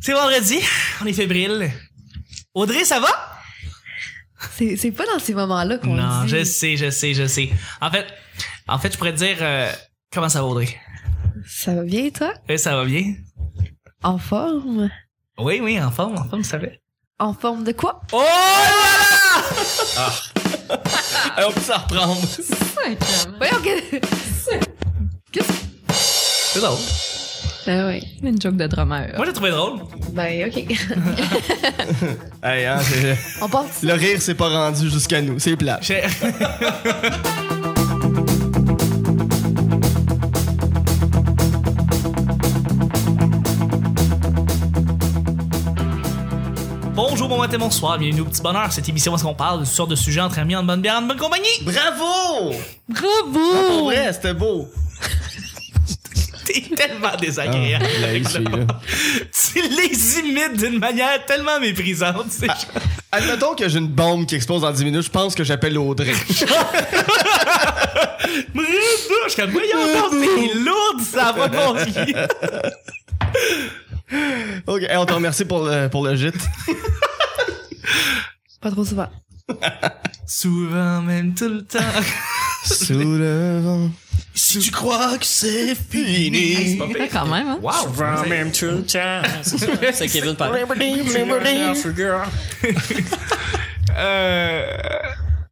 C'est vendredi, on est fébrile. Audrey, ça va? C'est, c'est pas dans ces moments-là qu'on non, dit. je sais, je sais, je sais. En fait, en fait, je pourrais te dire euh, comment ça va, Audrey. Ça va bien, toi? Oui, ça va bien. En forme? Oui, oui, en forme, en forme, ça va. En forme de quoi? Oh là là! Ah. on peut s'en reprendre. Voyons que... C'est drôle. Ben oui. Une joke de drummer. Moi, j'ai trouvé drôle. Ben OK. Hey, hein, c'est- On part le rire s'est pas rendu jusqu'à nous, c'est plat. J'ai- Bonjour, bon matin, bonsoir, bienvenue au Petit Bonheur, cette émission où on parle de toutes sortes de sujets entre amis, en bonne bière, en bonne compagnie. Bravo! Bravo! Ouais, c'était beau. T'es tellement Ah, désagréable. là, avec ici, le- là. tu les imites d'une manière tellement méprisante. c'est- Admettons que j'ai une bombe qui explose dans 10 minutes, je pense que j'appelle Audrey. Je suis comme, voyons donc, c'est lourd, ça va de mon Dieu. ok, hey, on te remercie pour le, pour le gîte. Pas trop souvent. Souvent, même tout le temps. Sous le vent. Si tu crois que c'est fini. pas Ouais, pire. quand même, hein? Wow! From him to town. C'est ça, c'est Kevin Parent. Euh,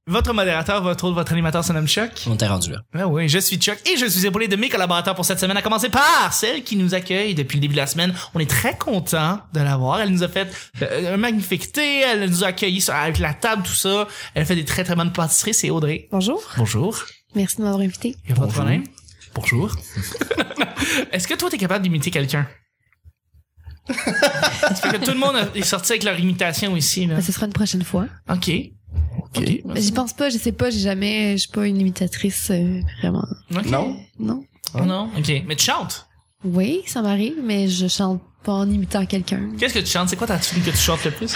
votre modérateur, votre autre, votre animateur se nomme Chuck. On t'est rendu là. Ah oui, je suis Chuck et je suis épaulé de mes collaborateurs pour cette semaine, à commencer par celle qui nous accueille depuis le début de la semaine. On est très content de la voir. Elle nous a fait euh, un magnifique thé, elle nous a accueillis sur- avec la table, tout ça. Elle fait des très très bonnes pâtisseries, c'est Audrey. Bonjour. Bonjour. Merci de m'avoir invité. Il a pas de problème. Bonjour. Est-ce que toi, t'es capable d'imiter quelqu'un? Ça fait que tout le monde est sorti avec leur imitation ici, là. Ben, ce sera une prochaine fois. OK. Ok. Ben, J'y pense pas, je sais pas, j'ai jamais... Je suis pas une imitatrice, euh, vraiment. Ok. Non? Non. Non? OK. Mais tu chantes. Oui, ça m'arrive, mais je chante pas en imitant quelqu'un. Qu'est-ce que tu chantes? C'est quoi ta tune que tu chantes le plus?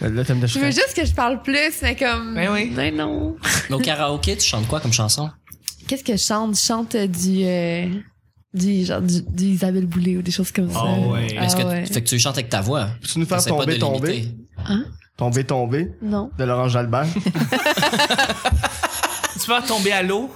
Là, t'aimes Je veux juste que je parle plus, mais comme... Ben oui. Ben non. Mais au karaoké, tu chantes quoi comme chanson? Qu'est-ce que je chante? Je chante euh, du... euh, du genre du, du Isabelle Boulay ou des choses comme ça. Ah ouais. Est-ce que, Ah ouais. Fait que tu chantes avec ta voix. Peux-tu nous faire T'essaies pas tomber, de tomber? l'imiter. Tomber, tomber Non. de Laurent Jalbert. Tu vas tomber à l'eau.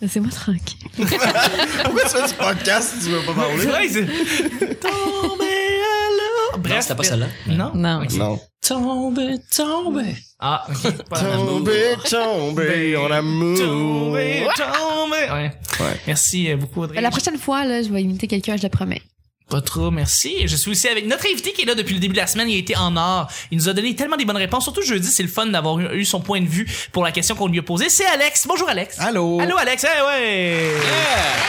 Laissez-moi tranquille. Pourquoi tu fais du podcast si tu veux pas parler? Ouais, c'est- tomber à l'eau. Bref. Non, c'était pas celle-là. Non? Non. Ok. Non. Tomber, tomber. Ah, ok. Pas la même. Tomber, tomber en amour. Tomber, tomber. Ouais. Ouais. Merci euh, beaucoup, Audrey. Ben, la prochaine fois, là, je vais imiter quelqu'un, je le promets. Pas trop, merci. Je suis aussi avec notre invité qui est là depuis le début de la semaine. Il a été en or. Il nous a donné tellement des bonnes réponses. Surtout jeudi, c'est le fun d'avoir eu, eu son point de vue pour la question qu'on lui a posée. C'est Alex. Bonjour, Alex. Allô? Allô, Alex. Eh ouais.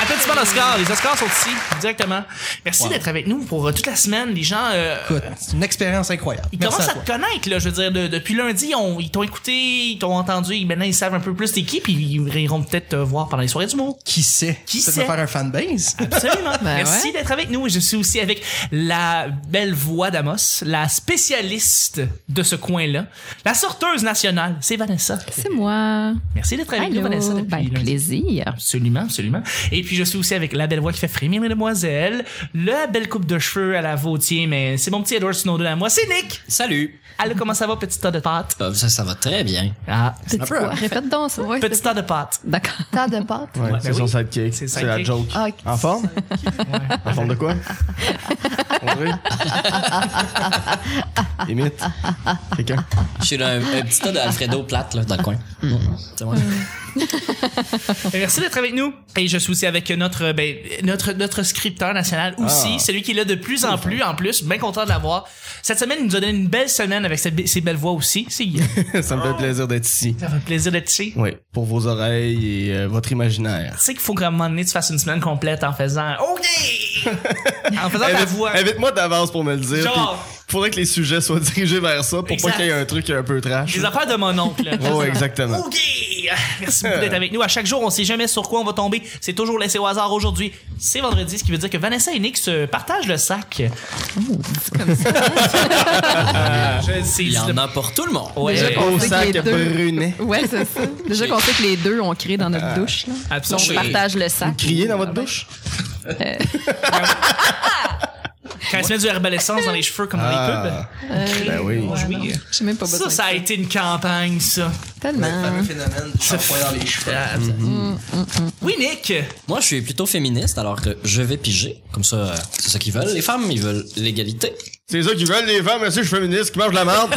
Applaudissements d'Oscar. Les Oscars sont ici, directement. Merci Wow. d'être avec nous pour euh, toute la semaine. Les gens, euh, Écoute, c'est une expérience incroyable. ils Merci commencent à, à toi. te connaître, là. Je veux dire, de- depuis lundi, on- ils t'ont écouté, ils t'ont entendu. Maintenant, ils savent un peu plus t'es qui, puis ils iront peut-être te voir pendant les soirées du monde. Qui sait? Qui Peut-être sait? Ah, me faire un fanbase? Absolument. Ben Merci ouais. d'être avec nous. Je suis aussi avec la belle voix d'Amos, la spécialiste de ce coin-là, la sorteuse nationale, c'est Vanessa. C'est moi. Merci d'être avec nous, Allô. Vanessa. depuis Ben, lundi. plaisir. Absolument, absolument. Et puis je suis aussi avec la belle voix qui fait frémir les demoiselles, la belle coupe de cheveux à la Vautier, mais c'est mon petit Edward Snowden à moi, c'est Nick. Salut. Allô, comment ça va, petit tas de pâtes? Euh, Ça, ça va très bien. Ah, Petit peu quoi? un Répète donc ça. Ouais, petit tas de pâtes. C'est- D'accord. c'est tant de pâtes. Ouais, Ouais, c'est ben son oui. sidekick. C'est C'est la sidekick. joke. Ah, En forme? En forme de quoi? Audrey? Imite. Quelqu'un? Je suis un, un petit tas d'Alfredo plate là, dans le coin. C'est moi. Euh, Merci d'être avec nous. Et je suis aussi avec notre, ben, notre, notre scripteur national aussi, Ah. celui qui est là de plus en plus, en plus, bien content de l'avoir. Cette semaine, il nous a donné une belle semaine avec cette be- ses belles voix aussi. C'est Guillaume. Ça me fait plaisir d'être ici. Ça fait plaisir d'être ici. Oui, pour vos oreilles et euh, votre imaginaire. Tu sais qu'il faut qu'à un moment donné, tu fasses une semaine complète en faisant OK! en faisant ta Invite- Ah, ben, voix. Invite-moi d'avance pour me le dire. Genre. Il faudrait que les sujets soient dirigés vers ça pour Exact. pas qu'il y ait un truc un peu trash. Les affaires de mon oncle. Oh, exactement. OK! Merci beaucoup d'être avec nous. À chaque jour, on sait jamais sur quoi on va tomber. C'est toujours laissé au hasard aujourd'hui. C'est vendredi, ce qui veut dire que Vanessa et Nick se partagent le sac. Je sais, Il y c'est en le- a pour tout le monde. Ouais, Déjà qu'on Au sait que sac les deux- brunet. Ouais, c'est ça. Déjà qu'on sait que les deux ont créé dans notre douche, là. euh, absolument. On Ah, J'ai- ben. partage le sac. Crier dans votre bouche? Quand elle se met du herbalescence dans les cheveux comme dans les pubs. Ah, ben oui. Oui. J'ai même pas besoin. Ça, de ça a été une campagne, ça. Le Tellement. fameux phénomène du shampoing dans les cheveux. Oui, Nick! Moi, je suis plutôt féministe, alors que je vais piger. Comme ça, euh, c'est ça qu'ils veulent. Les femmes, ils veulent l'égalité. C'est ça qui veulent les femmes, monsieur, je suis féministe, qui mange de la merde.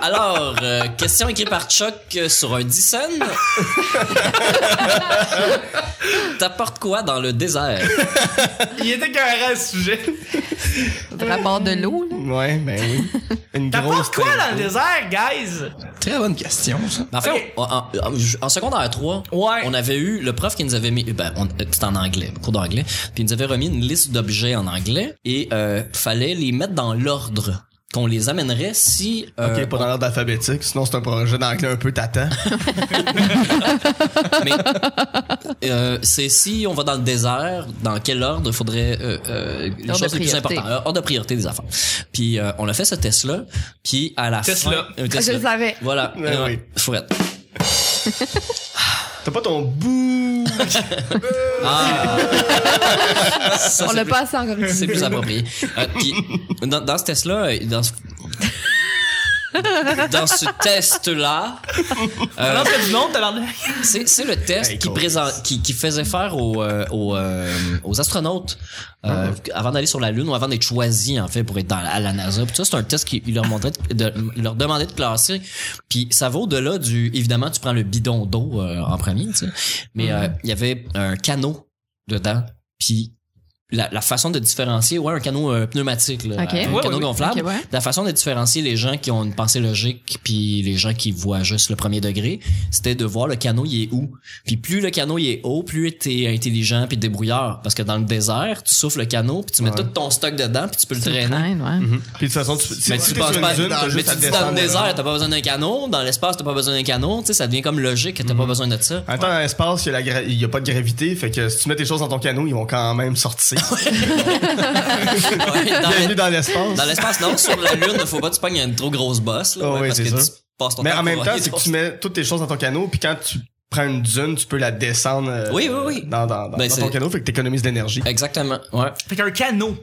Alors, euh, question écrite par Chuck euh, sur un Dyson. T'apportes quoi dans le désert? Il était carré à ce sujet. Rapport de l'eau, là. ouais, ben oui. Une grosse T'apportes quoi tête. dans le désert, guys? Très bonne question, ça. Mais Ben, en fait, Ok. on- en, en- en secondaire 3, Ouais. on avait eu le prof qui nous avait mis, ben, on- c'était en anglais, cours d'anglais, puis il nous avait remis une liste d'objets en anglais et euh, fallait les mettre dans l'ordre qu'on les amènerait si euh, Ok, pas dans l'ordre alphabétique, sinon c'est un projet d'anglais un peu tâtant. Mais euh, c'est si on va dans le désert, dans quel ordre il faudrait euh, euh, les Ordre choses de les plus priorité. importantes, euh, ordre de priorité des affaires. Puis euh, on a fait ce test là, puis à la Tesla. fin, euh, Ah, Je le savais. Voilà, Ouais, euh, oui. fourrette. T'as pas ton bout. Ça, On c'est l'a plus- pas assez encore. C'est plus approprié. Euh, puis dans, dans ce test là, dans ce dans ce test-là, euh, Alors que du monde, t'as l'air de. c'est c'est le test Hey, qui, Colis. présente, qui, qui faisait faire aux, euh, aux, euh, aux astronautes euh, avant d'aller sur la Lune ou avant d'être choisis, en fait, pour être dans, à la NASA. Puis ça, c'est un test qui il leur, montrait de, de- il leur demandait de classer. Puis ça va au-delà du... Évidemment, tu prends le bidon d'eau euh, en premier, tu sais. Mais euh, il y avait un canot dedans. Puis la, la façon de différencier... Ouais, un canot euh, pneumatique, là, Ok. un Ouais, canot ouais, ouais. gonflable. Ok, ouais. La façon de différencier les gens qui ont une pensée logique puis les gens qui voient juste le premier degré, c'était de voir le canot il est où. Puis plus le canot il est haut, plus t'es intelligent puis débrouillard parce que dans le désert, tu souffles le canot puis tu mets Ouais. tout ton stock dedans puis tu peux le Tu le traîner. traînes, ouais. Mhm. Puis de toute façon, tu, si Mais t'es tu sur passes une pas dune, t'as mais juste à tu dis dans descendre. le désert, t'as pas besoin d'un canot, dans l'espace t'as pas besoin d'un canot, tu sais ça devient comme logique, t'as pas besoin de ça. En même temps, dans l'espace, il y, a la gra- il y a pas de gravité, fait que si tu mets tes choses dans ton canot, ils vont quand même sortir. Ouais, dans Bienvenue le- dans l'espace. dans l'espace non, sur la lune, faut pas que tu pognes une trop grosse bosse là, Oh oui, parce que c'est tu sûr. passes ton Mais temps en à même temps, travailler c'est que sur- tu mets toutes tes choses dans ton canot, puis quand tu prends une dune, tu peux la descendre euh, Oui, oui, oui. dans, dans, dans- Ben, dans c'est- ton canot, fait que t'économises de l'énergie. Exactement. Ouais. Fait qu'un canot.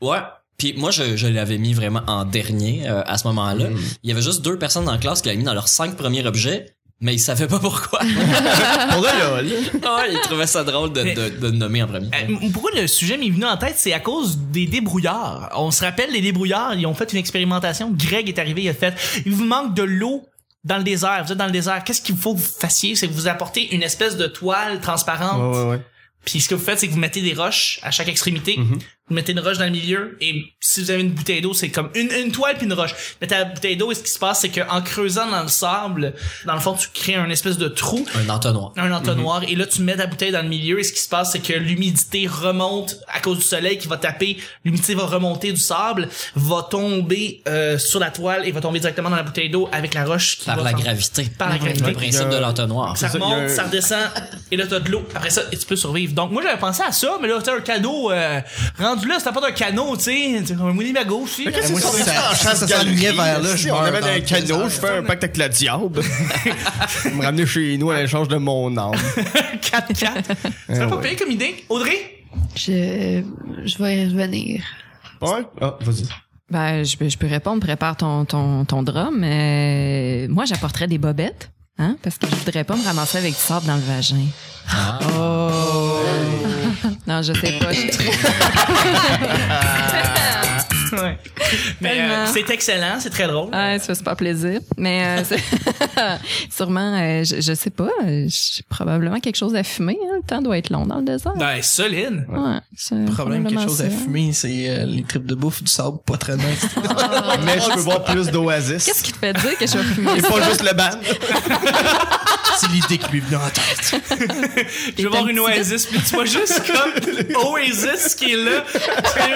Ouais. Puis moi, je, je l'avais mis vraiment en dernier euh, à ce moment-là. Il y avait juste deux personnes dans la classe qui l'avaient mis dans leurs cinq premiers objets, mais ils savaient pas pourquoi. Pour le lol. ouais, ils trouvaient ça drôle de, de, de le nommer en premier. Euh, m- Pourquoi le sujet m'est venu en tête, c'est à cause des débrouillards. On se rappelle, les débrouillards, ils ont fait une expérimentation. Greg est arrivé, il a fait, il vous manque de l'eau dans le désert. Vous êtes dans le désert. Qu'est-ce qu'il faut que vous fassiez? C'est que vous apportez une espèce de toile transparente. Ouais, ouais, ouais. Puis ce que vous faites, c'est que vous mettez des roches à chaque extrémité. Mm-hmm. Vous mettez une roche dans le milieu. Et si vous avez une bouteille d'eau, c'est comme une, une toile puis une roche. Mettez la bouteille d'eau et ce qui se passe, c'est qu'en creusant dans le sable, dans le fond, tu crées un espèce de trou Un entonnoir. un entonnoir Mhm. et là tu mets ta bouteille dans le milieu et ce qui se passe c'est que l'humidité remonte à cause du soleil qui va taper l'humidité va remonter du sable va tomber euh, sur la toile et va tomber directement dans la bouteille d'eau avec la roche qui Par va la faire- gravité. par la Le gravité Il principe y de a- l'entonnoir. ça C'est ça, il y a remonte un- ça redescend et là t'as de l'eau après ça et tu peux survivre donc moi j'avais pensé à ça mais là t'as un canot euh, rendu là c'était pas d'un canot tu sais c'est un mounimago aussi Mais qu'est-ce moi, que ça- c'est ça- ça s'enlignait vers là, Si je on meurs amène dans un le canot, désert. je fais un pacte avec la diable. Vous me ramener chez nous à l'échange de mon âme. 4 4 c'est pas Ah ouais. payé comme idée Audrey Je, je vais y revenir. Ouais? Ah, vas-y. Ben, je, peux- je peux répondre, prépare ton, ton, ton drum. Euh, moi, j'apporterais des bobettes, hein, parce que je voudrais pas me ramasser avec du sable dans le vagin. Ah. Oh! non, je sais pas. je- ouais. mais euh, Tellement. Ah. c'est excellent c'est très drôle Ouais, ça fait pas plaisir. Mais euh, c'est- sûrement, euh, je, je sais pas, euh, j'ai probablement quelque chose à fumer. hein. Le temps doit être long dans le désert. ben solide Ouais, c'est problème, quelque probablement chose à ça. fumer, c'est euh, les tripes de bouffe, du sable, pas très nice. Mais je peux boire plus d'oasis. Qu'est-ce qui te fait dire que je vais fumer? Et pas juste le ban. c'est l'idée qui m'est venue en tête. Je vais voir un une petit oasis, puis tu vois juste comme Oasis qui est là. Tu fais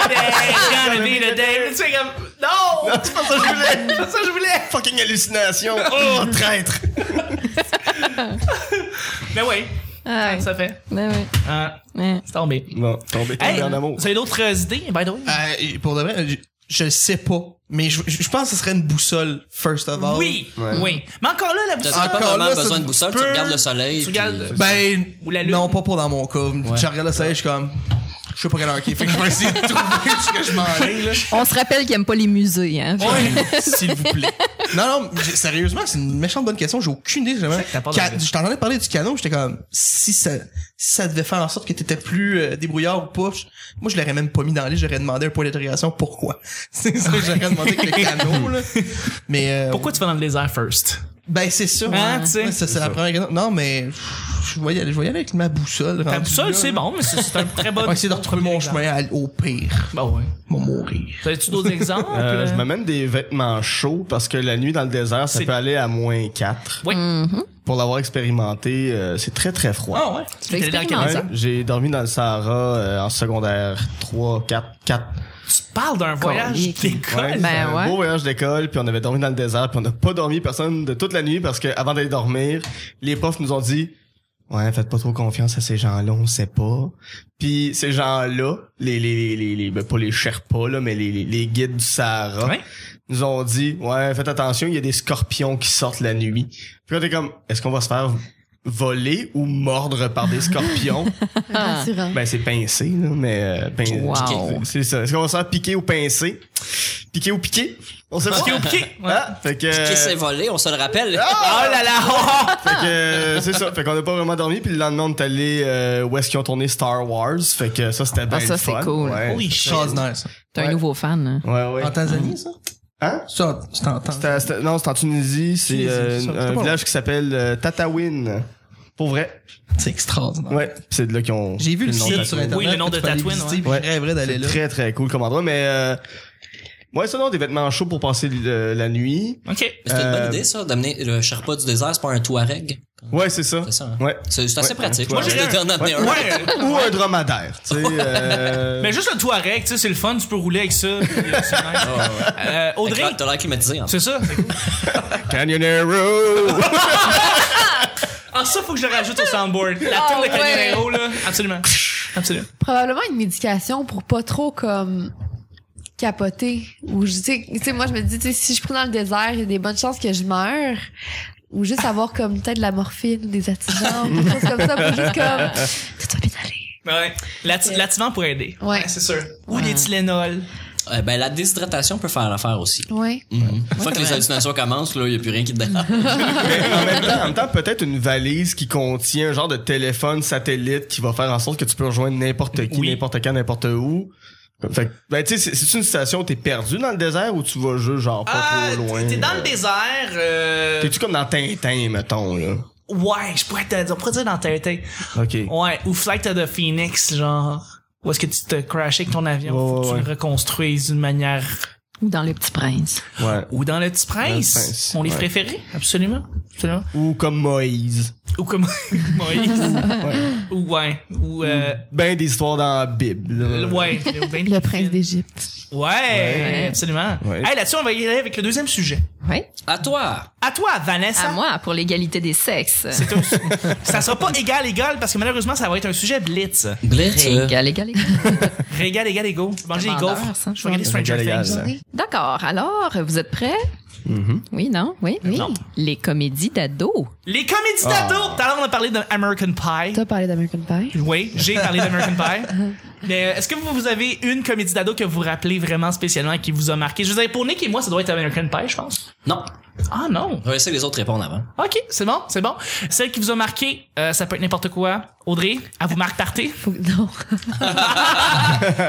gonna be the day. Tu fais comme non, C'est pas ça que je voulais. c'est pas ça que je voulais. Fucking hallucination. Oh, traître. Mais Ben oui, Ah, ça fait. ben oui. Ah, Ouais. c'est tombé. Non, tombé Hey, en amour. vous avez d'autres euh, idées, by the way? Euh, et pour de vrai, je, je le sais pas, mais je, je pense que ce serait une boussole, first of all. Oui, Ouais. oui. Mais encore là, la T'as boussole. pas Encore vraiment là, ça besoin de boussole, tu peut- regardes le soleil. Tu regardes- euh, puis- Ben, Ou la lune. non, pas pour dans mon cas. Je regarde le soleil, je suis comme, Je sais pas quelle heure qui est. Fait que je vais essayer de trouver ce que je m'enligne, là. On se rappelle qu'il aime pas les musées, hein. Ouais, s'il vous plaît. Non, non, j'ai- sérieusement, c'est une méchante bonne question. J'ai aucune idée, jamais. C'est vrai que t'as pas de Ca- regret. Je t'entendais parler du canon, j'étais comme, si ça, si ça devait faire en sorte que t'étais plus euh, débrouillard ou pas, je- moi, je l'aurais même pas mis dans la liste, j'aurais demandé un point d'interrogation, pourquoi? C'est ça que j'aurais demandé avec le canot, là. Mais, euh, Pourquoi tu vas dans le désert first? Ben, c'est ça. Hein, ouais. tu sais. Ouais, ça, c'est la première question. Non, mais, je voyais aller, je voyais aller avec ma boussole. Ta rendu boussole, là, c'est là. bon, mais c'est c'est un très bon. On va essayer de retrouver mon exemple. chemin à- au pire. Bah ouais. M'en mourir. T'as-tu d'autres exemples? Euh, je m'amène des vêtements chauds parce que la nuit dans le désert, ça C'est- peut aller à moins 4. Oui. Pour l'avoir expérimenté, euh, c'est très très froid. Ah ouais. Tu l'as T'es allé dans quel expérimenté. Ouais, désert? J'ai dormi dans le Sahara euh, en secondaire 3, 4, 4. Tu parles d'un voyage Colique. d'école. Ouais, Ben c'était un ouais. beau voyage d'école, puis on avait dormi dans le désert, puis on n'a pas dormi personne de toute la nuit parce que avant d'aller dormir, les profs nous ont dit Ouais, faites pas trop confiance à ces gens-là, on sait pas. Puis ces gens-là, les, les, les, les- ben, pas les Sherpas, là, mais les, les, les guides du Sahara, Ouais. nous ont dit Ouais, faites attention, il y a des scorpions qui sortent la nuit. Puis on était comme Est-ce qu'on va se faire voler ou mordre par des scorpions Ah. Rassurant. ben, c'est pincé, là, mais euh, pin- Wow. piqué, C'est ça. Est-ce qu'on va se faire piquer ou pincer? Piquer ou piquer? On sait pas. Piqué au piqué. Ouais. Ah, fait que, Qui s'est volé, on se le rappelle. Oh là là! fait que, euh, c'est ça. Fait qu'on n'a pas vraiment dormi. Puis le lendemain, on est allé euh, où est-ce qu'ils ont tourné Star Wars. Fait que ça, c'était bien Ah, ça, le c'est fun. cool. Ouais. Holy shit. Extraordinaire, ça. T'es un Ouais. nouveau fan. hein. Ouais, ouais. En Tanzanie, ça? Hein? Ça, c'est en Tanzanie. C'était- c'était- non, c'est en Tunisie. C'est Tunisie, euh, c'est ça. C'est un pas village qui s'appelle euh, Tatawin. Pour vrai. C'est extraordinaire. Ouais. C'est de là qu'ils ont. J'ai vu le nom site de sur Tatooine. internet. Oui, le nom que de tu peux aller Tatooine, visiter, ouais. puis Je rêverais d'aller C'est là. Très, très cool comme endroit. Mais, euh, ouais, ça, non, des vêtements chauds pour passer le- la nuit. OK. C'est une Euh, bonne idée, ça, d'amener le Sherpa du désert, c'est pas un Touareg. Ouais, c'est ça. C'est ça, hein? Ouais. C'est c'est assez Ouais, pratique. un Moi, Touareg. j'ai d'en amener un. Ouais. Ou un dromadaire, tu sais. euh, Mais juste le Touareg, tu sais, c'est le fun, tu peux rouler avec ça. puis, euh, c'est nice. Euh, Fait que Audrey, là, T'as l'air climatisé, en fait. c'est ça? Canyonero! Ah, ça, faut que je le rajoute au soundboard. La Ah, tourne de ouais. Canyonero, là. Absolument. Absolument. Probablement une médication pour pas trop comme capoter ou je tu sais tu sais, moi je me dis tu sais, si je prends dans le désert il y a des bonnes chances que je meure ou juste avoir comme peut-être de la morphine des attisants ou des choses comme ça pour juste comme tout va bien aller Ouais. Lati- L'ativant pour aider. Ouais. c'est sûr. Ou Ouais. des Tylenol. Euh, ben, la déshydratation peut faire l'affaire aussi. ouais Une fois que les hallucinations commencent, là, il n'y a plus rien qui te dérange. en même temps, en même temps, peut-être une valise qui contient un genre de téléphone satellite qui va faire en sorte que tu peux rejoindre n'importe qui, Oui. n'importe quand, n'importe où. Fait que, ben, tu sais, c'est- c'est une situation où t'es perdu dans le désert ou tu vas juste, genre, pas Ah, trop loin. t'es dans le euh, désert. euh, T'es-tu comme dans Tintin, mettons, là? Ouais, je pourrais te dire, on pourrait dire dans Tintin. OK. Ouais, ou Flight of the Phoenix, genre. Où est-ce que tu te crashais avec ton avion? Ouais, faut que ouais, tu le reconstruises d'une manière. Ou dans Le Petit Prince. Ouais. Ou dans Le Petit Prince. Dans Le Prince, Mon livre ouais. préféré. Absolument. Absolument. Ou comme Moïse. Ou comme Moïse. Ou ouais. Ou euh, Ben des histoires dans la Bible. là. ouais. Ben- le prince d'Égypte Ouais, absolument. Ouais. Hey, là-dessus, on va y aller avec le deuxième sujet. Oui. À toi! À toi, Vanessa. À moi, pour l'égalité des sexes. C'est un su- ça sera pas égal égal parce que malheureusement ça va être un sujet blitz. Blitz! euh, Égal, égal, égal. Régal égal égo. Je vais manger les Demandeur, gaufres. ça. Je vais regarder Stranger Égal, égal. Things. D'accord. Alors, vous êtes prêts? Oui, non? Oui, oui. Non. Les comédies d'ados. Les comédies Ah. d'ados. Tout à l'heure on a parlé d'American Pie. t'as parlé d'American Pie Oui, j'ai parlé d'American Pie. Mais euh, est-ce que vous vous avez une comédie d'ado que vous vous rappelez vraiment spécialement et qui vous a marqué Je vous avais pour Nick et moi ça doit être American Pie, je pense. Non. Ah non. Je vais laisser les autres répondre avant. Ok, c'est bon, c'est bon. Celle qui vous a marqué, euh, ça peut être n'importe quoi. Audrey, à vous marque partez. faut que- non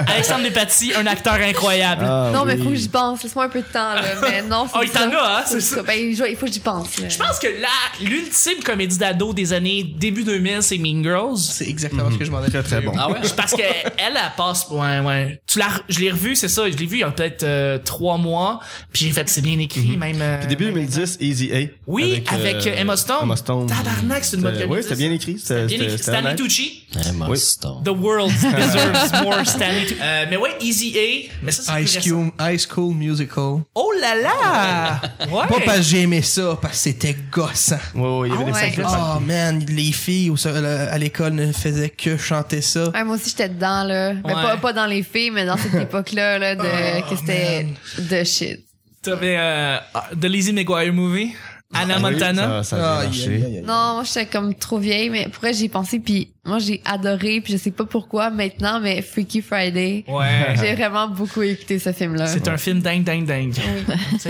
Alexandre Despatie, un acteur incroyable. Ah, non mais oui. faut que j'y pense laisse-moi un peu de temps là mais non c'est Oh, il ça. t'en a, hein, Faut c'est que- ça. ben je- il faut que j'y pense là. Je pense que la l'ultime comédie d'ado des années début 2000, c'est Mean Girls. C'est exactement ce que je m'en ai Très, très bon. Ah ouais? Parce que elle, elle passe. Ouais, ouais. Tu l'as, je l'ai revu, c'est ça. Je l'ai vu il y a peut-être euh, trois mois. Puis j'ai fait, c'est bien écrit, même. euh, Mhm. Puis début même- 2010, Easy A. Oui, avec, euh, euh, Emma Stone. Emma Stone. Tabarnak, c'est une bonne comédie. C'était- Oui, c'était bien écrit. Bien C'était écrit. c'était- c'était Stanley honnête. Tucci. Emma Oui. Stone. The world deserves more Stanley Tucci. Euh, mais ouais, Easy A. Mais ça, c'est plus Ice, récent. Cube, Ice School Musical. Oh là là! Ouais. Pas parce que j'aimais ça, parce que c'était gossant. Ouais, ouais, il y avait Ah des ouais. sacrifices. Oh man, les filles au- à l'école ne faisaient que chanter ça. Ouais, moi aussi, j'étais dedans, là. Mais Ouais. Oh, pas, pas dans les filles, mais dans cette époque-là, là, de, que c'était de shit. T'avais euh, The Lizzie ah, McGuire Movie. Anna Ah Oui, Montana. ça- ça a bien marché. Non, moi, j'étais comme trop vieille, mais pour vrai, j'y ai pensé, puis moi, j'ai adoré, puis je sais pas pourquoi maintenant, mais Freaky Friday, Ouais. j'ai vraiment beaucoup écouté ce film-là. C'est un film dingue, dingue, dingue. C'est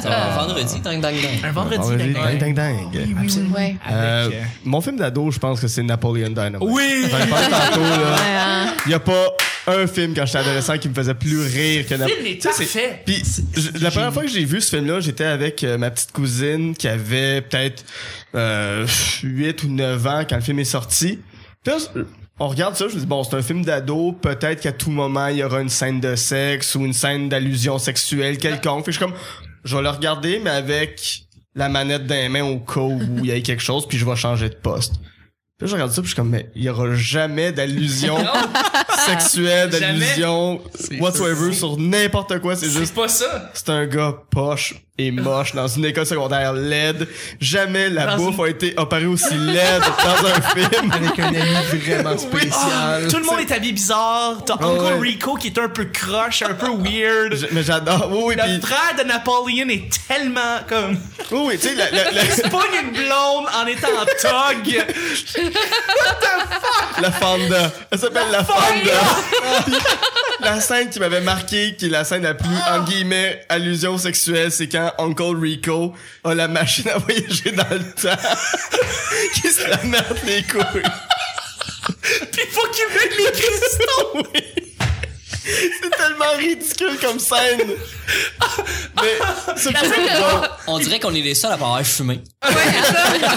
Ça va, Ah. vendredi, dang, dang, dang. un vendredi Vendredi, dingue, ding, dingue. Ah ding, ding. Ouais. Euh, Avec, euh, Mon film d'ado, je pense que c'est Napoleon Dynamite. Oui! J'en ai parlé tantôt, là. Ouais, hein? Il n'y a pas un film quand j'étais adolescent qui me faisait plus rire que film est Tu sais, c'est- parfait. Puis je- la première fois que j'ai vu ce film-là, j'étais avec euh, ma petite cousine qui avait peut-être euh, 8 ou 9 ans quand le film est sorti. Puis là, je- on regarde ça, je me dis, bon, c'est un film d'ado, peut-être qu'à tout moment, il y aura une scène de sexe ou une scène d'allusion sexuelle quelconque. Fait que je suis comme, je vais le regarder, mais avec la manette dans les mains au cas où il y a quelque chose, puis je vais changer de poste. Puis là, je regarde ça, puis je suis comme, mais il y aura jamais d'allusion sexuelle, Jamais. d'allusion whatsoever sur n'importe quoi. C'est juste, pas ça. c'est un gars poche et moche dans une école secondaire laide. Jamais la Dans bouffe a été apparue aussi laide dans un film. Avec un ami vraiment Ah, spécial. tout le monde est habillé bizarre. T'as Uncle Oh, ouais. Rico qui est un peu croche, un peu weird. Je- mais j'adore. Oui, oui, Le pis- frère de Napoléon est tellement comme. oui, oui, tu sais, la, la- la- Il se pogne une blonde en étant en tog. la Fonda. Elle s'appelle la Fonda. Puis la scène qui m'avait marqué, qui est la scène la plus, Ah. en guillemets, allusion sexuelle, c'est quand Uncle Rico a la machine à voyager dans le temps. qui se la merde les couilles. Pis faut qu'il mette les cristaux. Oui. C'est tellement ridicule comme scène. Ah. Mais c'est pas drôle. On dirait qu'on est les seuls à pas avoir fumé. Ce film-là,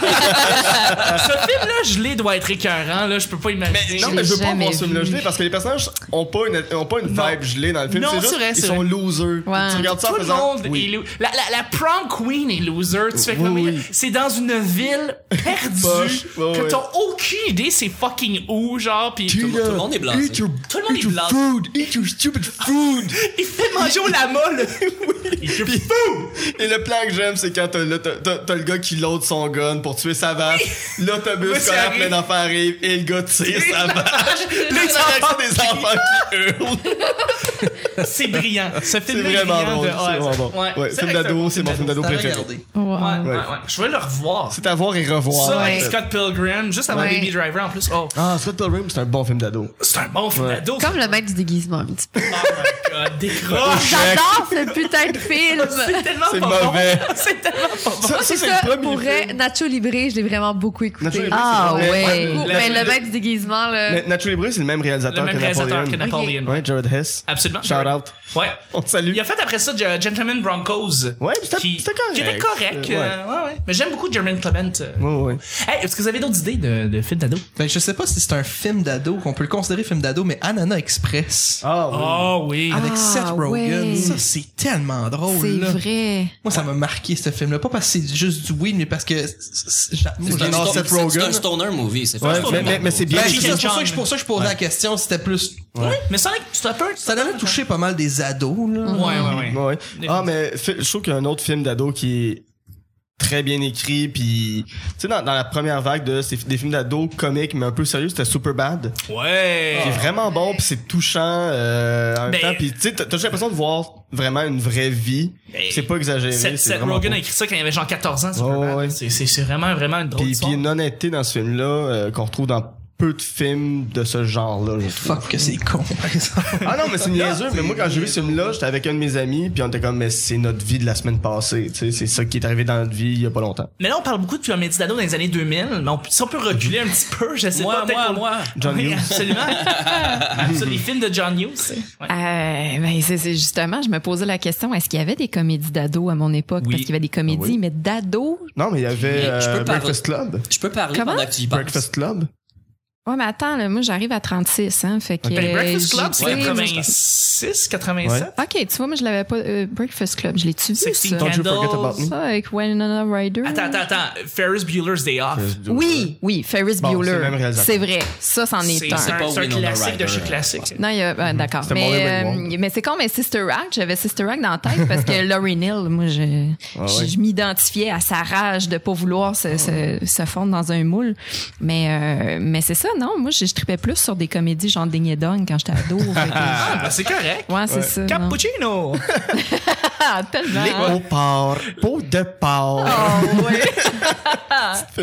je l'ai, doit être écœurant, là. Je peux pas imaginer. Non, l'ai mais je veux pas jamais voir ce film-là vu. gelé parce que les personnages ont pas une, ont pas une Non. vibe gelée dans le film. Non, c'est juste, c'est vrai, ils c'est sont vrai. losers. Ouais. Tu regardes ça tout en le faisant. monde oui. est lo- la, la, la prom queen est loser. Tu fais Oui, comme oui. c'est dans une ville perdue Poche, ouais, que ouais. t'as aucune idée c'est fucking où genre puis Tout le monde est blasé. Eat your, Tout le monde eat est your blasé. food. Eat your stupid food. il fait manger au lama là. Puis boum! Et le plan que j'aime, c'est quand t'as le, t'as- t'as- t'as le gars qui load son gun pour tuer sa vache. L'autobus Oui, ça scolaire arrive. plein d'enfants arrive et le gars tire Oui, sa vache. Les enfants des enfants qui hurlent. c'est brillant ce film C'est là est vraiment brillant drôle. de- C'est ouais, vraiment bon. ouais. Ouais, C'est film vrai que d'ado, c'est c'est un mon bon film d'ado À préféré. regarder. Wow. Ouais, ouais, ouais. je vais le revoir C'est à voir et revoir. ça avec Ouais. Scott Pilgrim juste avant Ouais. Baby Driver en plus oh Ah, Scott Pilgrim, c'est un bon film d'ado. c'est un bon film Ouais. d'ado Comme le maître du déguisement, un petit peu. oh my god Oh, décroche J'adore ce putain de film! c'est tellement C'est pas bon. mauvais. c'est tellement pas bon Ça, ça, C'est c'est le ça, premier pour vrai, film. Nacho Libre, je l'ai vraiment beaucoup Nacho écouté. Libre, Ah c'est- mais- ouais. Beaucoup, La- mais le la- maître du déguisement, là. mais Nacho Libre, c'est le même le réalisateur même que réalisateur que Napoléon. Napoléon Ouais, Jared Hess. absolument Shout out. ouais On te salue. Il a fait après ça Ge- Gentleman Broncos. Ouais, c'était- Qui- c'était correct. Qui était correct. euh, ouais, ouais. Mais j'aime beaucoup Jermaine Clement. euh. Ouais, ouais. Hey, est-ce que vous avez d'autres idées de, de films d'ado? Ben, je sais pas si c'est un film d'ado, qu'on peut le considérer film d'ado, mais Anana Express. Ah, oui. Oh oui. Avec Ah, Seth Rogen. ouais. Ça, c'est tellement drôle, C'est là. vrai. Moi, ça m'a marqué, ce film-là. Pas parce que c'est juste du weed, mais parce que c'est- c'est- j'a- moi, C'est un j'adore sto- Seth c'est- c'est Rogen. un stoner movie. C'est Ouais, un stoner mais- mais- movie. mais c'est bien Ben, Jackie c'est ça, c'est pour Chan. ça que je, pour ça que je posais la question, c'était plus. Mais Sonic, c'est un peu. Ça devait toucher pas mal des ados, là. Ouais, ouais, ouais. Ouais. Ah, mais fi- je trouve qu'il y a un autre film d'ado qui est très bien écrit, puis tu sais, dans, dans la première vague de ces- des films d'ado comiques, mais un peu sérieux, c'était Superbad. Ouais. C'est vraiment bon, puis c'est touchant euh, en même Ah. Ben- temps, puis tu sais, t'as t'as juste l'impression de voir vraiment une vraie vie. Ben, C'est pas exagéré. Seth, c'est Seth vraiment Rogen beau. a écrit ça quand il avait genre 14 ans. Ouais, Superman. ouais. C'est, c'est, c'est vraiment, vraiment une drôle Puis, de puis il histoire. y a une honnêteté dans ce film-là euh, qu'on retrouve dans peu de films de ce genre-là. je trouve. Fuck que c'est con, par exemple. Ah non, mais c'est niaiseux. Mais moi, quand j'ai vu ce film-là, j'étais avec un de mes amis, puis on était comme, mais c'est notre vie de la semaine passée. Tu sais, c'est ça qui est arrivé dans notre vie il y a pas longtemps. Mais là, on parle beaucoup de comédie d'ado dans les années 2000. Mais on- si on peut reculer un petit peu, je sais Moi, pas. peut-être moi, qu'on- moi. John Oui, Hughes. Absolument. Absolument. Les films de John Hughes. Ouais. Euh, ben, c'est, c'est justement, je me posais la question, est-ce qu'il y avait des comédies d'ado à mon époque? Oui. Parce qu'il y avait des comédies, Ah oui. mais d'ado? Non, mais il y avait Mais je peux euh, pas- Breakfast Club. Je peux parler Comment? pendant que tu y parles. Breakfast Club. Ouais, mais attends, là, moi, j'arrive à 36, hein, fait que... Ben, Breakfast Club, c'est j'ai- 86, 87. Ouais. OK, tu vois, moi, je l'avais pas... euh, Breakfast Club, je l'ai-tu vu, Sixteen ça? Don't you forget Candles. about me. Ça, avec Winona Ryder? Attends, attends, attends. Ferris Bueller's Day Off. Euh, Oui, oui, Ferris Bon, c'est le Bueller. même réalisateur. C'est vrai, ça, c'en est, C'est un. c'est pas un, c'est un Winona classique Ryder. de chez classique. Non, il y a, ah, d'accord. C'était Molly Mais, Ringwald. euh, mais c'est con, mais Sister Act, j'avais Sister Act dans la tête parce que Laurie Neal, moi, je, je, Ah ouais. je m'identifiais à sa rage de pas vouloir se, se, se fondre dans un moule. Mais, euh, mais c'est ça, non, moi, je, je tripais plus sur des comédies genre Ding et Dong quand j'étais ado. Fait que- Ah, ben, c'est correct. ouais, c'est ça. non. Cappuccino! Ah, tellement. hein. Au porc, peau de porc. Oh, ouais.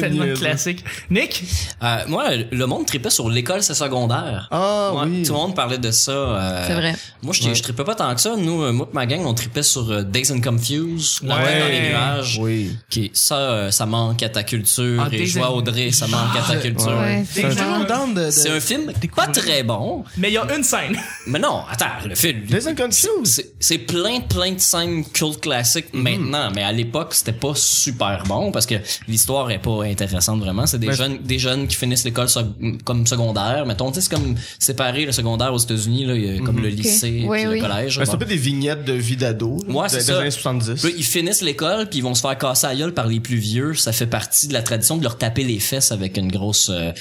Tellement niaiseux. classique. Nick? Euh, moi, le monde tripait sur l'école c'est secondaire. Ah Ouais, oui. Tout le monde parlait de ça. euh, C'est vrai. Moi, je, je tripais pas tant que ça. Nous, euh, moi et ma gang, on tripait sur euh, Days and Confuse, La Ouais. Reine dans les nuages. Oui. Qui, ça, euh, ça manque à ta culture. Ah, et Days Joie and- Audrey, ça manque à ta culture. Ouais. J'ai toujours down de- de- C'est un film pas Découvrir. très bon. Mais il y a une scène. Mais non, attends, le film. Des inconfus. C'est c'est plein, plein de scènes cult classiques maintenant, mais à l'époque, c'était pas super bon parce que l'histoire est pas intéressante vraiment. C'est des jeunes, des jeunes qui finissent l'école sec- comme secondaire. Mettons, tu sais, c'est comme séparé le secondaire aux États-Unis, là, il y a comme le lycée et Oui, le oui. collège. Ben, Bon. c'est un peu des vignettes de vie d'ado. là, Ouais, de- c'est des ça. années 70. Puis là, ils finissent l'école puis ils vont se faire casser à gueule par les plus vieux. Ça fait partie de la tradition de leur taper les fesses avec une grosse euh,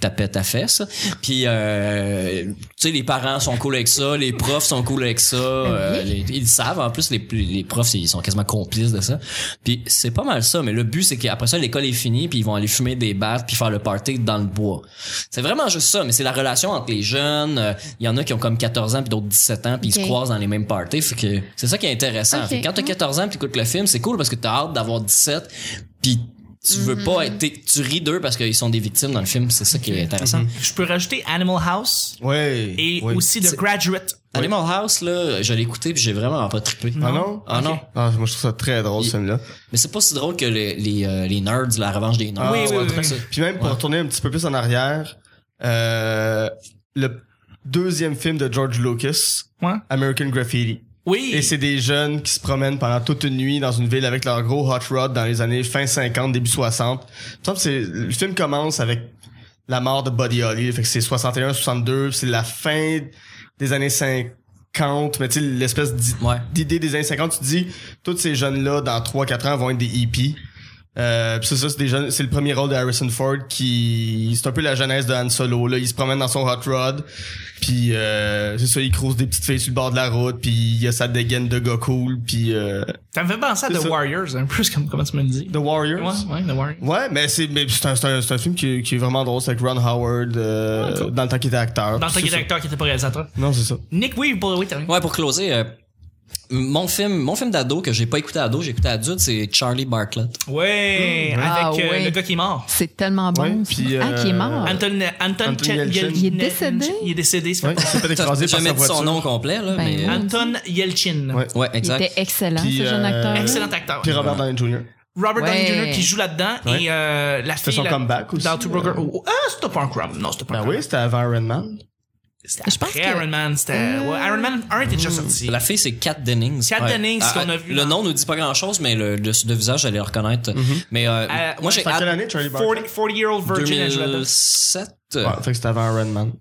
tapette à fesses. Puis euh, tu sais les parents sont cool avec ça, les profs sont cool avec ça. Mhm. euh, les- ils le savent en plus les, les profs ils sont quasiment complices de ça. Puis c'est pas mal ça, mais le but c'est qu'après ça l'école est finie puis ils vont aller fumer des battes puis faire le party dans le bois. C'est vraiment juste ça, mais c'est la relation entre les jeunes. Euh, Il y en a qui ont comme 14 ans puis d'autres 17 ans puis ils Ok. se croisent dans les mêmes parties. Fait que c'est ça qui est intéressant. Ok. Fait que quand t'as Mm. 14 ans, puis écoutes le film, c'est cool parce que t'as hâte d'avoir 17, puis tu veux pas être, t'es- tu ris d'eux parce qu'ils sont des victimes dans le film, c'est ça qui est intéressant. Je peux rajouter Animal House Ouais. et Mhm. oui. aussi The C'est- Graduate. Animal House là, je l'ai écouté puis j'ai vraiment pas trippé. Ah non? Ah non. Ah, moi, je trouve ça très drôle, Il- ce film-là. Mais c'est pas si drôle que les les, euh, les nerds, la revanche des nerds. Oui, c'est oui, un oui, truc, oui. ça. Puis même pour Ouais. retourner un petit peu plus en arrière, euh, le deuxième film de George Lucas, Ouais. American Graffiti. Oui. Et c'est des jeunes qui se promènent pendant toute une nuit dans une ville avec leur gros hot rod dans les années fin 50, début 60. Il me semble que c'est- le film commence avec la mort de Buddy Holly. Fait que c'est 61, 62, puis c'est la fin des années 50. Mais tu sais, l'espèce d'i- Ouais. d'idée des années 50, tu te dis, tous ces jeunes-là, dans 3-4 ans, vont être des hippies. Euh, pis c'est ça, c'est des jeunes, c'est le premier rôle de Harrison Ford qui, c'est un peu la jeunesse de Han Solo, là. Il se promène dans son hot rod. Puis euh, c'est ça, il croise des petites filles sur le bord de la route, puis il a sa dégaine de gars cool, puis euh, Ça me fait penser à C'est The ça. Warriors, un peu, c'est comme comment tu me le dis. The Ouais, Warriors. ouais, The Warriors. Ouais, mais c'est mais c'est un, c'est un, c'est un film qui, est- qui est vraiment drôle, c'est avec Ron Howard euh, Ouais, cool. dans le temps qu'il était acteur. Dans le temps C'est qu'il était acteur qui était pas réalisateur. ça. Non, c'est ça. Nick, oui, pour, oui, t'as raison. Ouais, pour closer. euh, mon film, mon film d'ado que j'ai pas écouté ado, j'ai écouté adulte, c'est Charlie Bartlett. Ouais, Ah, avec euh, ouais. le gars qui est mort. C'est tellement bon. Ouais, ça. puis, Ah, qui est euh, mort. Anton, Anton, Anton Che- Yelchin. Yel- Il est décédé? Il est décédé, c'est Ouais, pas il s'est fait T'as écraser t'as par jamais sa dit son voiture. nom complet là, Ben, mais euh, non. Anton Yelchin. Ouais. ouais, Il exact. était excellent, Puis, ce jeune euh, acteur. Excellent acteur. Puis ouais. Robert Downey Jr. Robert Ouais. Downey Jr. qui joue là-dedans Ouais. et euh, la fille. son là- comeback aussi, Dans Two euh. Broker. Oh, oh, ah, c'était pas un crime. Non, c'était pas un Ben crime. oui, c'était avant Iron Man. C'était Je pense après que- Mm. Iron Man. C'était. ouais, Iron Man 1 était déjà Mm. sorti. La fille, c'est Kat Dennings. Ah, Kat Dennings, qu'on a vu Le dans- nom nous dit pas grand chose, mais le, le- de visage, j'allais le reconnaître. Mais euh, Euh, moi, j'ai Fait quelle hâte. année, Charlie Barton? 40 40-year-old virgin elle joue là-dedans. 2007. Ouais, fait que c'était avant Iron Man. euh,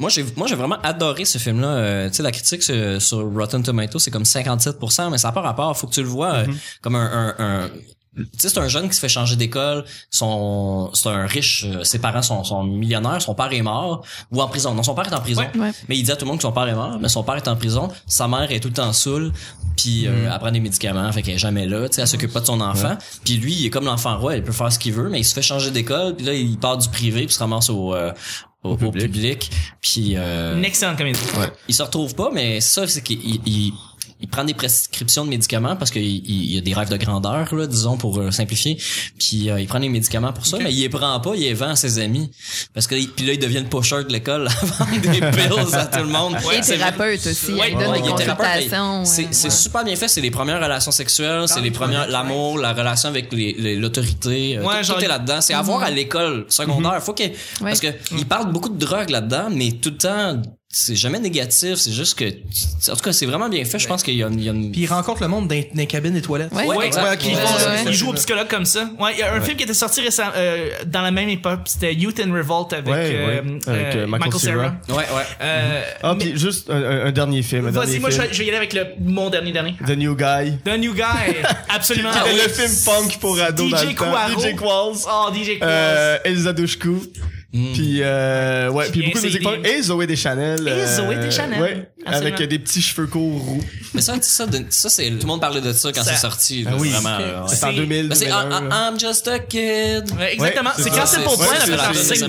Moi, j'ai moi, j'ai vraiment adoré ce film-là. Euh, tu sais, la critique sur, sur Rotten Tomatoes, c'est comme 57%, mais ça n'a pas rapport. Faut que tu le vois euh, comme un... un- un- tu sais, c'est un jeune qui se fait changer d'école. Son, c'est un riche. euh, ses parents sont, sont millionnaires. Son père est mort ou en prison. Non, son père est en prison. Ouais. Ouais. Mais il dit à tout le monde que son père est mort, mais son père est en prison, sa mère est tout le temps saoule, puis euh, elle prend des médicaments, fait qu'elle est jamais là, tu sais, elle s'occupe pas de son enfant. Puis lui, il est comme l'enfant roi, il peut faire ce qu'il veut, mais il se fait changer d'école, puis là il part du privé, puis se ramasse au euh, au, au public. puis euh, Une excellente comédie. il se retrouve pas, mais ça c'est qu'il il, il- il prend des prescriptions de médicaments parce qu'il il, il a des rêves de grandeur là, disons pour euh, simplifier. Puis euh, il prend des médicaments pour ça, mais il les prend pas, il les vend à ses amis parce que puis là ils deviennent pocheurs de l'école à vendre des pills à tout le monde. Et C'est vrai- thérapeute aussi. Ouais, il donne Ouais, des Ah, il était rappeur, mais consultations. C'est euh, c'est ouais. super bien fait. C'est les premières relations sexuelles, c'est les premières l'amour, la relation avec les- les- l'autorité. euh, Ouais, tout, genre- tout est là-dedans. Mhm. C'est à voir à l'école secondaire. Faut que parce que ils parlent beaucoup de drogue là-dedans, mais tout le temps c'est jamais négatif. C'est juste que tu- en tout cas c'est vraiment bien fait. Je pense qu'il y a une, il y a une- Puis il rencontre le monde dans dans les cabines étoilettes. Ouais. Ouais, exact. ouais, ok. ils font ça. Ouais, ouais. Ils jouent au psychologue comme ça. Ouais, il y a un film qui était sorti récemment euh, dans la même époque, c'était Youth and Revolt avec, Ouais, euh, ouais, euh, avec, euh, Michael Cera. Cera. Ouais, ouais. Euh, Ah, mais- puis juste un, un- un dernier film. un Vas-y, dernier moi je film. vais je vais y aller avec le, mon dernier dernier. The New Guy. The New Guy, absolument. C'était Ah oui. le film punk pour ados DJ dans le Kouaro. temps. DJ Qualls. Oh, DJ Qualls. Euh, Elsa Douchkou. Puis, euh, ouais, Qui puis vient beaucoup de musique essayer punk. Et Zoé Deschanel. euh, Et Zoé Deschanel. Ah, Ouais. avec absolument. des petits cheveux courts roux. Mais ça, ça, de- ça, c'est, tout le monde parlait de ça quand Ça- c'est sorti. là, Ah oui. Vraiment, là, ouais. C'est en C'est- 2000, Ben, c'est, 2001, I'm, I'm- là. I'm just a kid. Ouais, exactement. Ouais, c'est c'est quand ça. c'est pour Ouais, point, c'est fait ça. leur C'est ça. single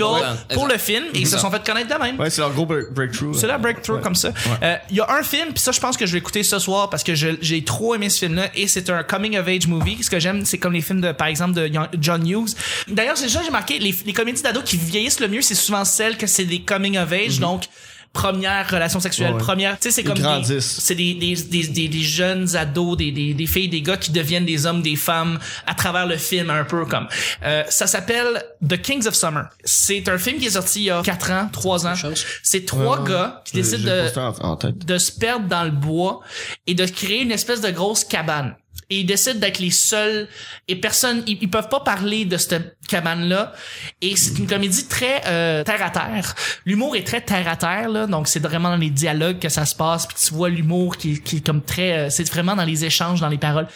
pour Exact. le film et ils se Exact. sont fait connaître de même. Ouais, c'est leur gros break- breakthrough. C'est la breakthrough comme ça. Euh, Il y a un film, puis ça, je pense que je vais écouter ce soir parce que je- j'ai trop aimé ce film-là et c'est un coming of age movie. Ce que j'aime, c'est comme les films de, par exemple, de Yon- John Hughes. D'ailleurs, c'est ça, j'ai marqué, les, les comédies d'ados qui vieillissent le mieux, c'est souvent celles que c'est des coming of age, donc première relation sexuelle, Mm-hmm. Ouais, ouais. première, tu sais, c'est Ils comme des, grandissent. c'est des, des, des, des, des jeunes ados, des, des, des filles, des gars qui deviennent des hommes, des femmes à travers le film, un peu comme. Euh, ça s'appelle The Kings of Summer. C'est un film qui est sorti il y a 4 ans, 3 ans. chose. C'est trois gars qui décident Euh, J'ai le de, poster en- en tête. de se perdre dans le bois et de créer une espèce de grosse cabane. Et ils décident d'être les seuls et personne, ils, ils peuvent pas parler de cette cabane-là. Et c'est une comédie très euh, terre à terre. L'humour est très terre à terre là, donc c'est vraiment dans les dialogues que ça se passe. Puis tu vois l'humour qui, qui est comme très, euh, c'est vraiment dans les échanges, dans les paroles.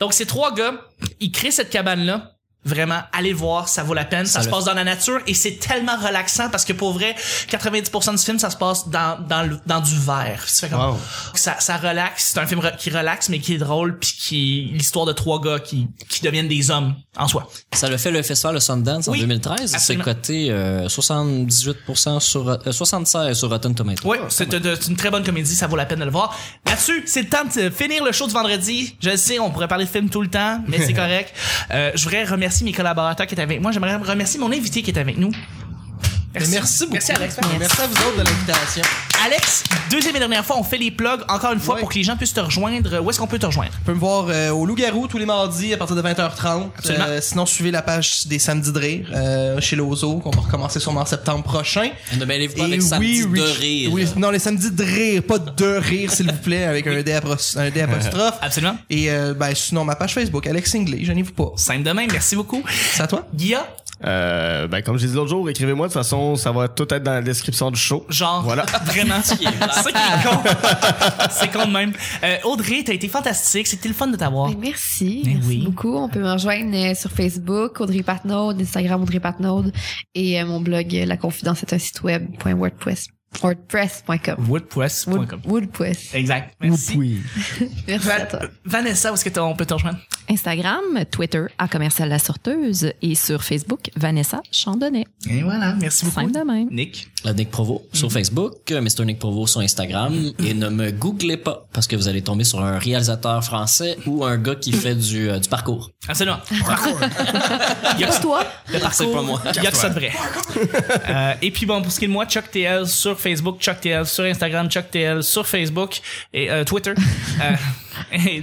Donc ces trois gars, ils créent cette cabane là. Vraiment, allez le voir, ça vaut la peine. Ça, Ça se le- passe dans la nature et c'est tellement relaxant parce que pour vrai, 90% du film, ça se passe dans, dans, le- dans du verre. Tu fais comme, Wow. ça, ça relaxe. C'est un film re- qui relaxe, mais qui est drôle, puis qui l'histoire de trois gars qui, qui deviennent des hommes en soi. Ça le fait le festival de Sundance Oui, en 2013. absolument. C'est coté euh, 78% sur, euh, 76 sur Rotten Tomatoes. Ouais, c'est de- c'est une très bonne comédie, ça vaut la peine de le voir. Là-dessus, c'est le temps de euh, finir le show du vendredi. Je le sais, on pourrait parler de films tout le temps, mais c'est correct. Euh, je voudrais remercier mes collaborateurs qui étaient avec moi. J'aimerais remercier mon invité qui est avec nous. Merci, beaucoup. Merci Alex. Merci à vous autres de l'invitation. Alex, deuxième et dernière fois, on fait les plugs encore une fois Ouais. pour que les gens puissent te rejoindre. Où est-ce qu'on peut te rejoindre? Tu peux me voir euh, au Loup-Garou tous les mardis à partir de 20h30. Absolument. Euh, sinon, suivez la page des samedis de rire euh, chez Lozo, qu'on va recommencer sûrement en septembre prochain. Ne mêlez-vous pas ben, avec Samedi de Rich- rire. oui, non, les samedis de rire, pas de rire, s'il vous plaît, avec un D, apos- un D apostrophe. Absolument. Et euh, ben, sinon, ma page Facebook, Alex Singley, je n'y vous pas. Simple demain, merci beaucoup. C'est à toi? Guilla, Euh, ben, comme j'ai dit l'autre jour, écrivez-moi. De toute façon, ça va tout être dans la description du show. genre, Voilà. vraiment. c'est ça qui est con. c'est con de même. Euh, Audrey, t'as été fantastique, c'était le fun de t'avoir. Ben, merci. Ben merci oui. beaucoup. On peut me rejoindre euh, sur Facebook, Audrey Patnaud, Instagram Audrey Patnaud et euh, mon blog euh, La Confidence est un site web.wordpress. WordPress.com. Wood- Woodpress.com. WordPress. Exact. Merci. Merci à toi. Vanessa, où est-ce que t'as- on peut te rejoindre? Instagram, Twitter, à commercial la sorteuse et sur Facebook, Vanessa Chandonnet. Et voilà, merci beaucoup. Simple de même. Nick. La Nick Provo Mm-hmm. sur Facebook, euh, Mr. Nick Provo sur Instagram et ne me googlez pas parce que vous allez tomber sur un réalisateur français ou un gars qui fait du, euh, du parcours. Absolument. Parcours. Il y a- Toi? le parcours. pas moi. Il y a que ça de vrai. Euh, et puis bon, pour ce qui est de moi, Chuck TL sur Facebook, Chuck TL sur Instagram, Chuck TL sur Facebook et euh, Twitter. Euh,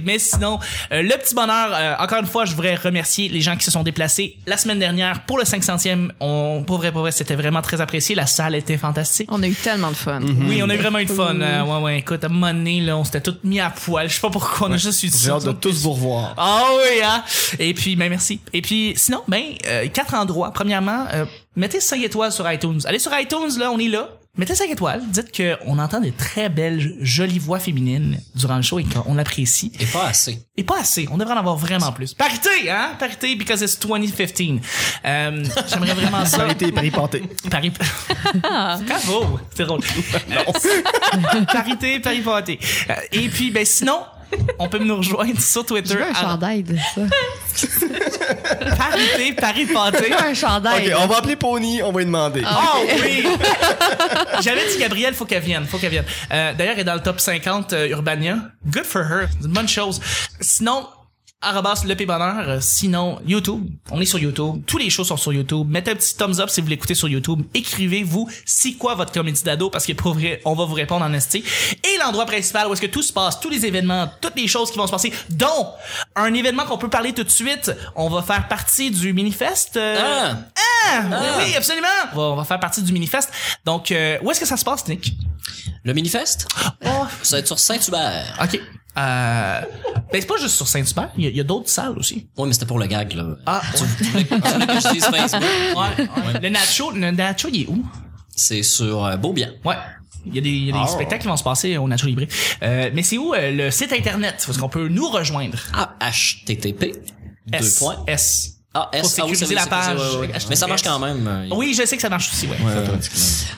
mais sinon, euh, le petit bonheur, euh, encore une fois, je voudrais remercier les gens qui se sont déplacés la semaine dernière pour le 500e. On, pour vrai, pour vrai, c'était vraiment très apprécié. La salle était fantastique. On a eu tellement de fun. Oui, on a eu vraiment eu de fun. Euh, ouais, ouais, écoute, à un moment donné, là, on s'était tous mis à poil. Je sais pas pourquoi, on a juste eu J'ai ça. hâte de tous vous revoir. Ah oui, hein? Et puis, ben merci. Et puis, sinon, ben, euh, quatre endroits. Premièrement, euh, mettez 5 étoiles sur iTunes. Allez sur iTunes, là, on est là. Mettez 5 étoiles. Dites qu'on entend des très belles, jolies voix féminines durant le show et qu'on l'apprécie. Et pas assez. Et pas assez. On devrait en avoir vraiment plus. Parité, hein? Parité, because it's 2015. Euh, J'aimerais vraiment ça. Ah, Ça a été pris panté. Paris. Bravo! C'est drôle. Euh, parité, Paris pâté. Euh, et puis, ben sinon, on peut nous rejoindre sur Je Twitter. veux un chandail de ça. Parité, Paris Je pâté. veux un Ok, chandail. on va appeler Pony, on va lui demander. Oh oui! J'avais dit Gabrielle, faut qu'elle vienne, faut qu'elle vienne. Euh, D'ailleurs, elle est dans le top 50 euh, Urbania. Good for her, c'est une bonne chose. Sinon, arrobas le P bonheur. Euh, Sinon, YouTube. On est sur YouTube. Tous les shows sont sur YouTube. Mettez un petit thumbs up si vous l'écoutez sur YouTube. Écrivez-vous c'est quoi votre comédie d'ado parce que pour vrai, on va vous répondre en esti. Et l'endroit principal où est-ce que tout se passe, tous les événements, toutes les choses qui vont se passer, dont un événement qu'on peut parler tout de suite. On va faire partie du mini-fest. euh, Ah! ah, Oui, absolument. On va, on va faire partie du Minifest. Donc, euh, où est-ce que ça se passe, Nick? Le Minifest? Oh. Ça va être sur Saint-Hubert. OK. Euh, ben, c'est pas juste sur Saint-Hubert. Il y a- il y a, d'autres salles aussi. Oui, mais c'était pour le gag, là. Ah, Tu voulais que je dise Facebook? Le Nacho, le Nacho, il est où? C'est sur euh, Beaubien. Ouais. Il y a des, il y a des Ah. spectacles qui vont se passer au Nacho Libre. Euh, mais c'est où euh, le site Internet? Parce qu'on peut nous rejoindre. Ah, HTTP. Deux S. points. S. Ah, S, Pour ah oui, ça sécuriser veut- la ça veut- page. ouais, ouais, ouais. HTTPS. Mais ça marche quand même. euh, Oui, je sais que ça marche aussi, ouais. Ouais, ouais, ouais.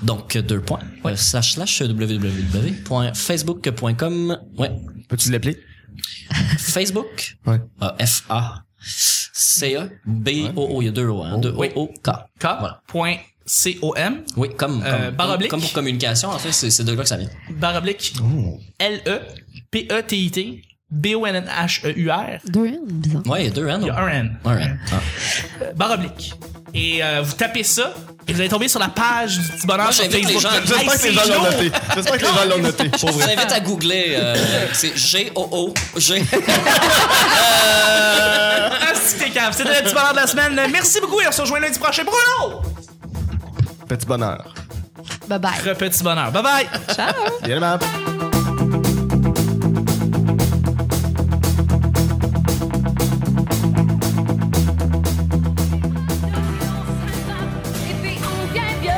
Donc, euh, deux points. Euh, slash slash www.facebook.com. Ouais. Peux-tu l'appeler? Facebook. Ouais. Euh, F-A. C-A-B-O-O. Il y a deux E O. Hein. Deux Oh. Oui. O-O-K. K. Voilà. Point C-O-M, Oui, comme, comme, Euh, barre comme- oblique. comme pour communication, en fait, c'est c'est de là que ça vient. barre oblique, E L-E, P-E-T-I-T, B-O-N-N-H-E-U-R, Deux N, bizarre. Ouais, il y a deux N. E hein. il y a non? un N. Un N. Ah. Euh, Barre oblique. Et euh, vous tapez ça, et vous allez tomber sur la page du petit Moi, bonheur sur j'invite les Facebook. gens- Hey, J'espère que c'est les gens l'ont lourd. noté. J'espère que les gens l'ont noté. Pour Je vous vrai. invite à googler. euh, c'est G-O-O. G. Ah, si t'es cave. C'était le petit bonheur de la semaine. Merci beaucoup et on se rejoint lundi prochain pour un autre Petit bonheur. Bye bye. petit bonheur. Bye bye! Bien aimable. Et puis on vient vieux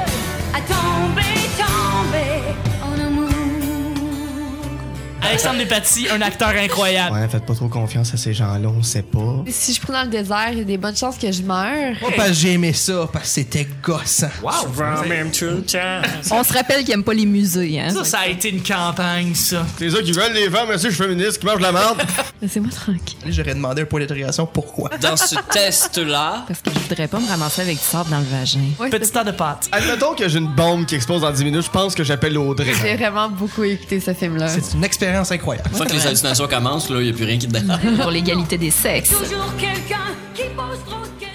à tomber, tomber en amour. Alexandre Despatie, un acteur incroyable. Ouais, faites pas trop confiance à ces gens-là, on sait pas. Si je prends dans le désert, il y a des bonnes chances que je meure. Pas parce que j'ai aimé ça, parce que c'était gossant. Wow! On se rappelle qu'ils aiment pas les musées, hein? Ça, ça a été une campagne, ça. C'est eux qui veulent les femmes, monsieur, je suis féministe, qui mangent de la merde. Laissez-moi tranquille. J'aurais demandé un point d'interrogation pourquoi. Dans ce test-là, Parce que je voudrais pas me ramasser avec du sable dans le vagin. Ouais, Petit temps de pâte. Admettons que j'ai une bombe qui explose dans 10 minutes, je pense que j'appelle Audrey. J'ai vraiment beaucoup écouté ce film-là. C'est une expérience incroyable. une fois que les hallucinations commencent, là, il n'y a plus rien qui te dérange. Pour l'égalité des sexes. Toujours quelqu'un qui pose trop de questions.